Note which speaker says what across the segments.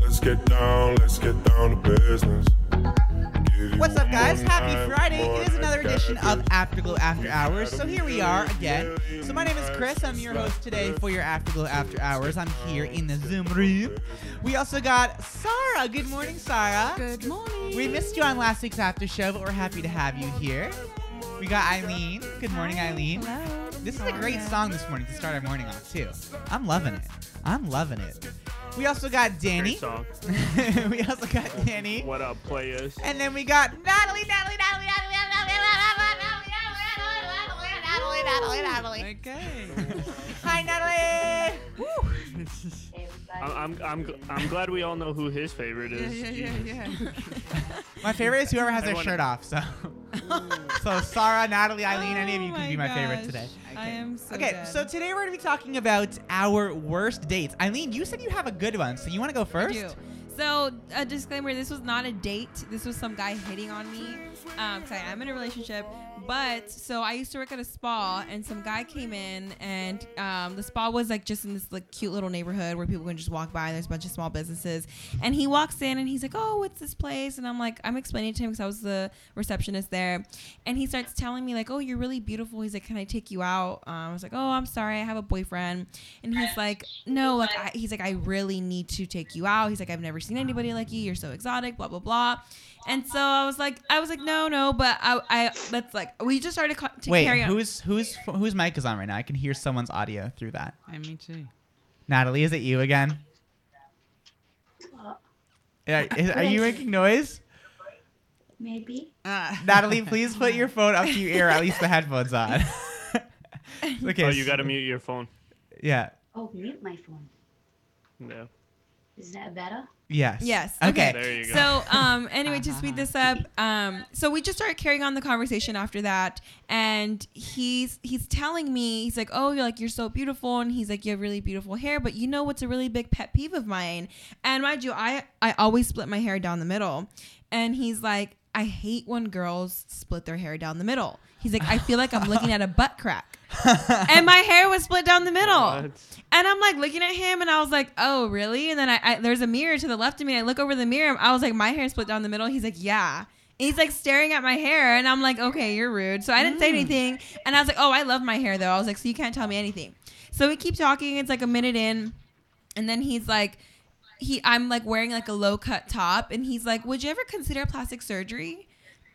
Speaker 1: Let's get down, let's get down to business.
Speaker 2: What's up, guys? Happy Friday. It is another edition of Afterglow After Hours. So here we are again. So my name is Chris. I'm your host today for your Afterglow After Hours. I'm here in the Zoom room. We also got Sarah. Good morning, Sarah.
Speaker 3: Good morning.
Speaker 2: We missed you on last week's after show, but we're happy to have you here. We got Eileen. Good morning, Eileen.
Speaker 3: Hello.
Speaker 2: This is
Speaker 3: How
Speaker 2: a
Speaker 3: are
Speaker 2: great
Speaker 3: ya?
Speaker 2: song this morning to start our morning off, too. I'm loving it. I'm loving it. We also got Danny.
Speaker 4: Great song.
Speaker 2: we also got Danny.
Speaker 4: What up, players?
Speaker 2: And then we got Natalie, Natalie, Natalie, Natalie. Okay. Hi, Natalie.
Speaker 4: I'm, I'm, I'm, gl- I'm glad we all know who his favorite
Speaker 3: Yeah,
Speaker 4: is.
Speaker 3: yeah, yeah, yeah.
Speaker 2: My favorite is whoever has their
Speaker 4: Everyone-
Speaker 2: shirt off. So, so Sarah, Natalie, Eileen, any of you
Speaker 3: Oh
Speaker 2: can be my
Speaker 3: my
Speaker 2: favorite
Speaker 3: gosh.
Speaker 2: today.
Speaker 3: I am so
Speaker 2: okay,
Speaker 3: dead.
Speaker 2: so today we're gonna be talking about our worst dates. Eileen, you said you have a good one, so you want to go
Speaker 3: I
Speaker 2: first?
Speaker 3: do. So, a disclaimer this was not a date. This was some guy hitting on me. Um, 'cause I am in a relationship. But, so I used to work at a spa, and some guy came in, and um, the spa was like just in this like cute little neighborhood where people can just walk by. There's a bunch of small businesses. And he walks in, and he's like, Oh, what's this place? And I'm like, I'm explaining to him because I was the receptionist there. And he starts telling me, like, Oh, you're really beautiful. He's like, Can I take you out? Um, I was like, Oh, I'm sorry. I have a boyfriend. And he's like, no, like I, he's like, I really need to take you out. He's like, I've never seen anybody like you. You're so exotic, blah blah blah. And so I was like, I was like, no, no, but I, I that's like, we just started co- to
Speaker 2: Wait,
Speaker 3: carry on.
Speaker 2: who's who's whose mic is on right now? I can hear someone's audio through that.
Speaker 5: And me too.
Speaker 2: Natalie, is it you again? Yeah, is- are you making noise?
Speaker 6: Maybe.
Speaker 2: Natalie, please put your phone up to your ear, at least the headphones on. okay.
Speaker 4: Oh, you gotta mute your phone.
Speaker 2: Yeah.
Speaker 6: Oh, mute my phone.
Speaker 4: No.
Speaker 6: Is that better?
Speaker 2: Yes.
Speaker 3: Yes.
Speaker 2: Okay.
Speaker 4: There you go.
Speaker 3: So, um, anyway, to speed this up, um, so we just started carrying on the conversation after that, and he's he's telling me he's like, oh, you're like you're so beautiful, and he's like, you have really beautiful hair, but you know what's a really big pet peeve of mine, and mind you, I I always split my hair down the middle, and he's like, I hate when girls split their hair down the middle. He's like, I feel like I'm looking at a butt crack, and my hair was split down the middle.
Speaker 4: What?
Speaker 3: And I'm like looking at him, and I was like, "Oh, really?" And then I, I there's a mirror to the left of me. And I look over the mirror. I was like, "My hair split down the middle." He's like, "Yeah." And he's like staring at my hair, and I'm like, "Okay, you're rude." So I didn't say anything, and I was like, "Oh, I love my hair though." I was like, "So you can't tell me anything." So we keep talking. It's like a minute in, and then he's like, "He," I'm like wearing like a low cut top, and he's like, "Would you ever consider plastic surgery?"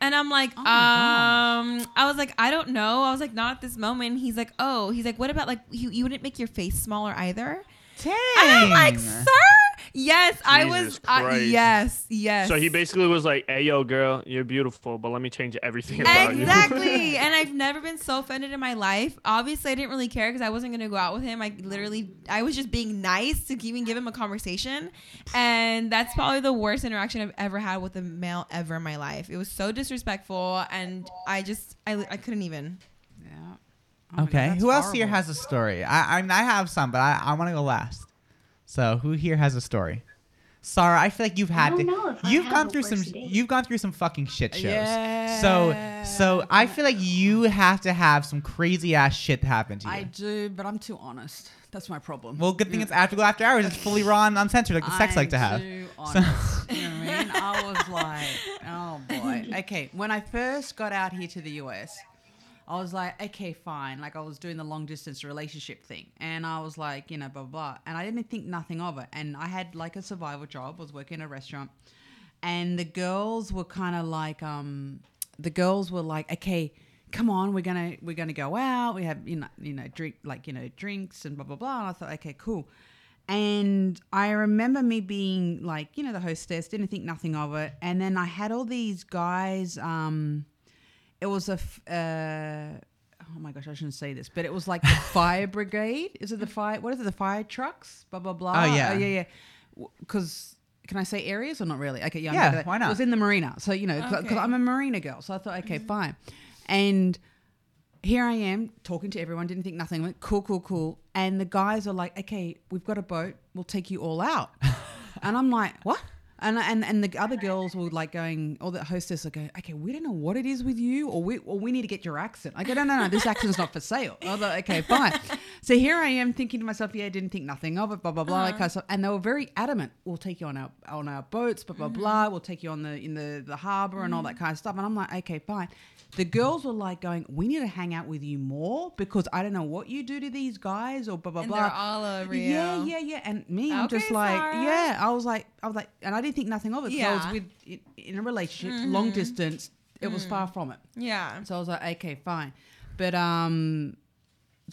Speaker 3: And I'm like,
Speaker 5: my
Speaker 3: um, I was like, I don't know. I was like, not at this moment. He's like, oh, he's like, what about like, you, you wouldn't make your face smaller either?
Speaker 2: Dang.
Speaker 3: And I'm like, sir, yes, I was,
Speaker 4: Jesus
Speaker 3: I,
Speaker 4: Christ.
Speaker 3: yes, yes.
Speaker 4: So he basically was like, "Hey, yo, girl, you're beautiful, but let me change everything about you."
Speaker 3: Exactly. and I've never been so offended in my life. Obviously, I didn't really care because I wasn't going to go out with him. I literally, I was just being nice to even give him a conversation. And that's probably the worst interaction I've ever had with a male ever in my life. It was so disrespectful. And I just, I, I couldn't even.
Speaker 5: Yeah. Oh my God,
Speaker 2: okay.
Speaker 5: that's
Speaker 2: Who else here
Speaker 5: horrible.
Speaker 2: has a story? I I, mean, I have some, but I, I want to go last. So who here has a story? Sarah, I feel like you've had
Speaker 6: I
Speaker 2: to.
Speaker 6: don't know if I
Speaker 2: you've
Speaker 6: have
Speaker 2: gone
Speaker 6: a
Speaker 2: through some.
Speaker 6: worst date.
Speaker 2: You've gone through some fucking shit shows.
Speaker 5: Yeah.
Speaker 2: So so I feel like you have to have some crazy ass shit happen to you.
Speaker 5: I do, but I'm too honest. That's my problem.
Speaker 2: well, good thing it's after go after hours. It's fully raw and uncensored, like the sex like to
Speaker 5: I'm
Speaker 2: have.
Speaker 5: Too honest. you know what I mean? I was like, oh boy. Okay, when I first got out here to the US, I was like, okay, fine. Like I was doing the long distance relationship thing, and I was like, you know, blah blah, and I didn't think nothing of it. And I had like a survival job. was working in a restaurant, and the girls were kind of like, um, the girls were like, okay. Come on, we're gonna we're gonna go out. We have you know you know drink like you know drinks and blah blah blah. And I thought, okay, cool. And I remember me being like, you know, the hostess, didn't think nothing of it. And then I had all these guys. Um, it was a, f- uh, oh my gosh, I shouldn't say this, but it was like the fire brigade. Is it the fire? What is it? The fire trucks? Blah blah blah.
Speaker 2: Oh, yeah.
Speaker 5: yeah, yeah. Because can I say areas or not really? Okay, yeah, I'm
Speaker 2: Yeah,
Speaker 5: good at that.
Speaker 2: why not?
Speaker 5: It was in the marina, so you know, because
Speaker 3: Okay.
Speaker 5: I'm a marina girl, so I thought, okay, fine. And here I am talking to everyone, didn't think nothing. Went cool, cool, cool. And the guys are like, okay, we've got a boat. We'll take you all out. and I'm like, what? And, and and the other girls were like going, or the hostess are going, okay, we don't know what it is with you, or we or we need to get your accent. I go, no, no, no, this accent's not for sale. I was like, okay, fine. So here I am thinking to myself, yeah, I didn't think nothing of it, blah blah blah. Like
Speaker 3: Uh-huh.
Speaker 5: I saw- and they were very adamant. We'll take you on our on our boats, blah blah
Speaker 3: Mm-hmm.
Speaker 5: blah. We'll take you on the in the the harbor and all that kind of stuff. And I'm like, okay, fine. The girls were like going, we need to hang out with you more because I don't know what you do to these guys or blah blah
Speaker 3: and
Speaker 5: blah.
Speaker 3: they're all over you.
Speaker 5: Yeah, yeah, yeah. And me, I'm just
Speaker 3: Okay,
Speaker 5: like,
Speaker 3: Sarah.
Speaker 5: yeah. I was like, I was like, and I didn't think nothing of it. Yeah. I
Speaker 3: Yeah. Mm-hmm.
Speaker 5: was with in, in a relationship, long distance. It was far
Speaker 3: Mm.
Speaker 5: from it.
Speaker 3: Yeah.
Speaker 5: So I was like, okay, fine. But um,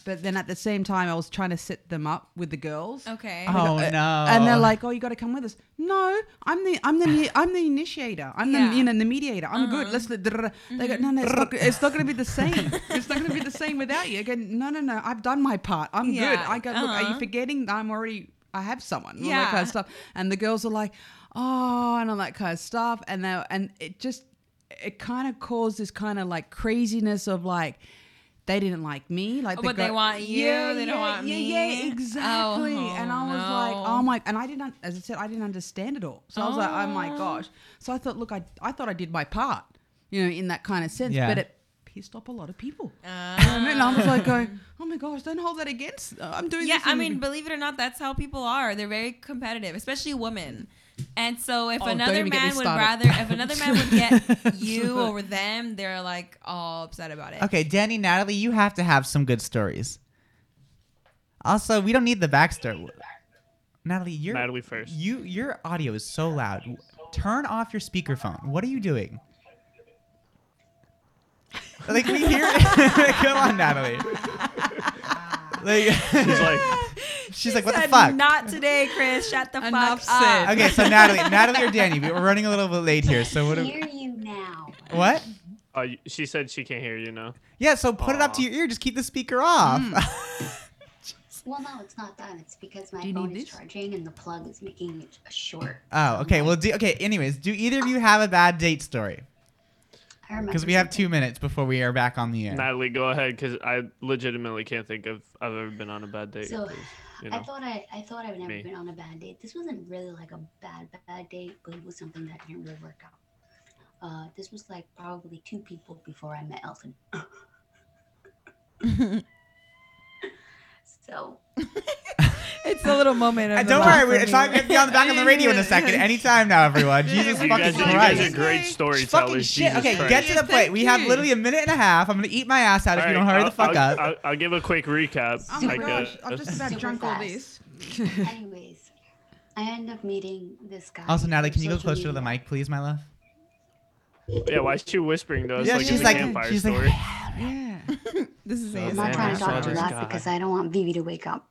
Speaker 5: but then at the same time, I was trying to set them up with the girls.
Speaker 3: Okay.
Speaker 2: Oh
Speaker 5: Uh,
Speaker 2: no.
Speaker 5: And they're like, "Oh, you got to come with us." No, I'm the I'm the ni- I'm the initiator. I'm
Speaker 3: Yeah. Uh-huh. Mm-hmm.
Speaker 5: the you know the mediator. I'm good. Let's. They go, "No, no, it's not, it's not going to be the same. it's not going to be the same without you." Again, no, no, no. I've done my part. I'm good.
Speaker 3: Yeah,
Speaker 5: I go. Look, are you
Speaker 3: uh-huh.
Speaker 5: forgetting? that I'm already. I have someone. and All that kind of
Speaker 3: Yeah.
Speaker 5: stuff. And the girls are like, "Oh," and all that kind of stuff. And they and it just it kind of caused this kind of like craziness of like. They didn't like me, like
Speaker 3: Oh,
Speaker 5: the
Speaker 3: but they
Speaker 5: guy-
Speaker 3: want you, they don't want
Speaker 5: yeah,
Speaker 3: me.
Speaker 5: Yeah, exactly.
Speaker 3: Oh,
Speaker 5: and I was like,
Speaker 3: no.
Speaker 5: oh my my- and I didn't un- as I said I didn't understand it all. So I was like, oh my
Speaker 3: Oh.
Speaker 5: gosh. So I thought, look, I I thought I did my part, you know, in that kind of sense.
Speaker 2: Yeah.
Speaker 5: But it pissed off a lot of people.
Speaker 3: Uh,
Speaker 5: and I was like going, oh my gosh, don't hold that against. uh, I'm doing.
Speaker 3: yeah,
Speaker 5: this
Speaker 3: I
Speaker 5: in-
Speaker 3: mean, believe it or not, that's how people are. They're very competitive, especially women. And so if
Speaker 5: Oh, don't
Speaker 3: another
Speaker 5: even get me
Speaker 3: man would
Speaker 5: started.
Speaker 3: rather, if another man would get you over them, they're like all upset about it.
Speaker 2: okay, Danny, Natalie, you have to have some good stories. Also, we don't need the backstory. Natalie, your
Speaker 4: Natalie first.
Speaker 2: You your audio is so loud. Turn off your speakerphone. What are you doing? Like we hear it. Come on, Natalie. Like,
Speaker 4: She's like, "Oh,
Speaker 2: she's like, what the
Speaker 3: Said,
Speaker 2: fuck?
Speaker 3: Not today, Chris. Shut the
Speaker 5: Enough
Speaker 3: fuck up.
Speaker 5: said.
Speaker 2: okay, so Natalie, Natalie or Danny, we're running a little bit late here. So what?
Speaker 6: Hear you now.
Speaker 2: What?
Speaker 4: uh, she said she can't hear you now.
Speaker 2: Yeah. So put it up to
Speaker 4: Aw.
Speaker 2: your ear. Just keep the speaker off.
Speaker 3: Hmm.
Speaker 6: Well, no, it's not done. It's because my
Speaker 5: Do you
Speaker 6: phone
Speaker 5: need
Speaker 6: is
Speaker 5: this?
Speaker 6: charging and the plug is making it short.
Speaker 2: oh, okay. Well, do, okay. Anyways, do either of you have a bad date story?
Speaker 6: I remember.
Speaker 2: Because we have
Speaker 6: something.
Speaker 2: two minutes before we are back on the air.
Speaker 4: Natalie, go ahead, because I legitimately can't think of I've ever been on a bad date.
Speaker 6: So,
Speaker 4: 'cause, you know.
Speaker 6: I thought I, I thought I've never
Speaker 4: Me.
Speaker 6: been on a bad date. This wasn't really like a bad bad date, but it was something that didn't really work out. Uh, this was like probably two people before I met Elton. so
Speaker 3: It's a little moment. Of
Speaker 2: And Uh, don't worry, we're- it's not going to be on the back on the radio in a second. Anytime now, everyone. Jesus fucking
Speaker 4: you, guys, you guys
Speaker 2: Christ.
Speaker 4: are great
Speaker 2: Fucking
Speaker 4: storytellers.
Speaker 2: shit.
Speaker 4: Jesus
Speaker 2: Okay,
Speaker 4: Christ.
Speaker 2: get to the point. We have
Speaker 5: you.
Speaker 2: literally a minute and a half. I'm going to eat my ass out if you
Speaker 4: Alright,
Speaker 2: don't hurry
Speaker 4: I'll,
Speaker 2: the fuck
Speaker 4: I'll,
Speaker 2: up.
Speaker 4: I'll, I'll give a quick recap.
Speaker 5: Oh my
Speaker 4: like,
Speaker 5: gosh,
Speaker 4: uh,
Speaker 5: I've just about
Speaker 6: Super
Speaker 5: drunk all
Speaker 6: fast.
Speaker 5: this.
Speaker 6: anyways, I end up meeting this guy.
Speaker 2: also, Natalie,
Speaker 6: through
Speaker 2: can you go
Speaker 6: social
Speaker 2: closer to the
Speaker 6: media.
Speaker 2: mic, please, my love?
Speaker 4: yeah, why is she whispering though? It's
Speaker 2: Yeah,
Speaker 4: like
Speaker 2: she's
Speaker 4: the
Speaker 2: like-
Speaker 4: campfire
Speaker 2: she's like-
Speaker 4: story.
Speaker 5: yeah.
Speaker 3: This is
Speaker 4: So
Speaker 6: I'm
Speaker 4: Yeah,
Speaker 6: not trying
Speaker 4: that's
Speaker 6: to talk
Speaker 4: what
Speaker 6: too
Speaker 4: I just
Speaker 6: loud
Speaker 4: got.
Speaker 6: because I don't want Vivi to wake up.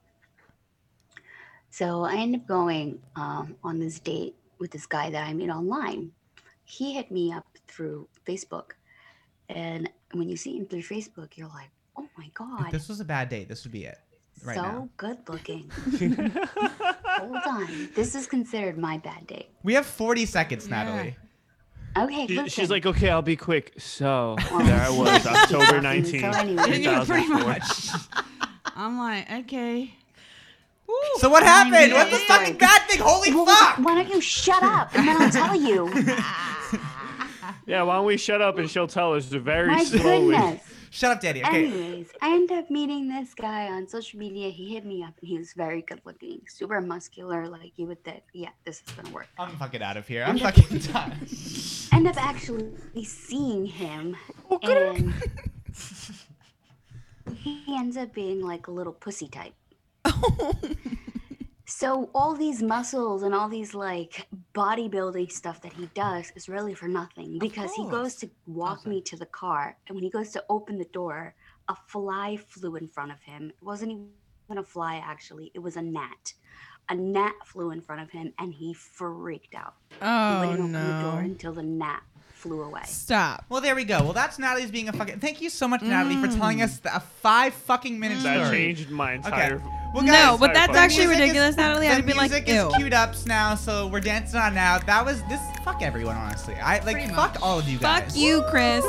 Speaker 6: So I end up going um, on this date with this guy that I meet online. He hit me up through Facebook. And when you see him through Facebook, you're like, oh my
Speaker 2: If
Speaker 6: God,
Speaker 2: this was a bad date, this would be it. right
Speaker 6: so
Speaker 2: now.
Speaker 6: good looking. Hold on. This is considered my bad date.
Speaker 2: We have 40 seconds, Natalie.
Speaker 6: Okay,
Speaker 4: She-
Speaker 6: listen.
Speaker 4: she's like, okay, I'll be quick. So
Speaker 6: Well,
Speaker 4: there I was, October
Speaker 6: nothing. So
Speaker 4: 19th,
Speaker 6: anyway.
Speaker 5: Yeah, pretty
Speaker 4: 2004.
Speaker 5: much. I'm like, okay.
Speaker 2: So what happened? What the
Speaker 6: minutes.
Speaker 2: fucking bad thing? Holy
Speaker 6: Well,
Speaker 2: fuck!
Speaker 6: why don't you shut up and then I'll tell you?
Speaker 4: Yeah, why don't we shut up and she'll tell us very
Speaker 6: My
Speaker 4: slowly.
Speaker 6: goodness.
Speaker 2: Shut up, Daddy. Okay.
Speaker 6: Anyways, I ended up meeting this guy on social media. He hit me up and he was very good looking, super muscular. Like you would think, yeah, this is gonna work.
Speaker 2: I'm fucking out of here. I'm fucking done.
Speaker 6: End up actually seeing him,
Speaker 2: Um,
Speaker 6: and he ends up being like a little pussy type. So all these muscles and all these like bodybuilding stuff that he does is really for nothing because he goes to walk me to the car and when he goes to open the door, a fly flew in front of him. It wasn't even a fly actually, it was a gnat. A gnat flew in front of him and he freaked out. He
Speaker 3: Oh
Speaker 6: wouldn't open the door
Speaker 3: no!
Speaker 6: until the gnat flew away.
Speaker 3: Stop.
Speaker 2: Well, there we go. Well, that's Natalie's being a fucking. Thank you so much, Natalie, for telling us th- a five fucking minute
Speaker 4: That
Speaker 2: story.
Speaker 4: changed my entire.
Speaker 2: Well,
Speaker 4: guys,
Speaker 3: no, but
Speaker 4: sorry,
Speaker 3: that's
Speaker 4: folks.
Speaker 3: actually
Speaker 2: music is-
Speaker 3: ridiculous, Natalie. I'd
Speaker 2: the
Speaker 3: be like,
Speaker 2: music
Speaker 3: ew.
Speaker 2: is queued up now, so we're dancing on now. That was this. Fuck everyone, honestly. I like
Speaker 5: Pretty
Speaker 2: fuck
Speaker 5: much.
Speaker 2: all of you guys.
Speaker 3: Fuck you, Chris.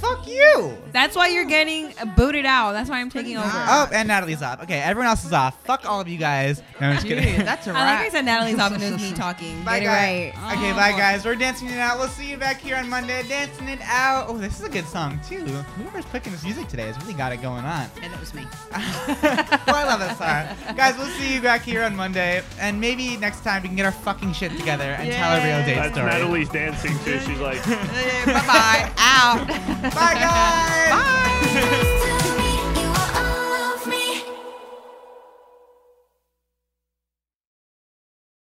Speaker 2: Fuck you.
Speaker 3: That's why you're getting booted out. That's why I'm taking over.
Speaker 2: Oh, and Natalie's off. Okay, everyone else is off. Fuck all of you guys. No, I'm just
Speaker 5: Dude,
Speaker 2: kidding.
Speaker 5: that's a
Speaker 3: I
Speaker 5: wrap.
Speaker 3: like I said Natalie's off and it was me talking.
Speaker 2: Oh, Bye,
Speaker 3: Get it
Speaker 2: guys.
Speaker 3: right.
Speaker 2: Okay,
Speaker 5: Oh.
Speaker 2: bye, guys. We're dancing it out. We'll see you back here on Monday, dancing it out. Oh, this is a good song too. Whoever's picking this music today has really got it going on.
Speaker 5: and that was me.
Speaker 2: well, I love that song, guys. We'll see you back here on Monday, and maybe next time we can get our fucking shit together and tell a real date
Speaker 4: That's
Speaker 2: story.
Speaker 4: Natalie's dancing too. She's like.
Speaker 5: bye bye. Out.
Speaker 2: Bye, guys.
Speaker 5: Bye.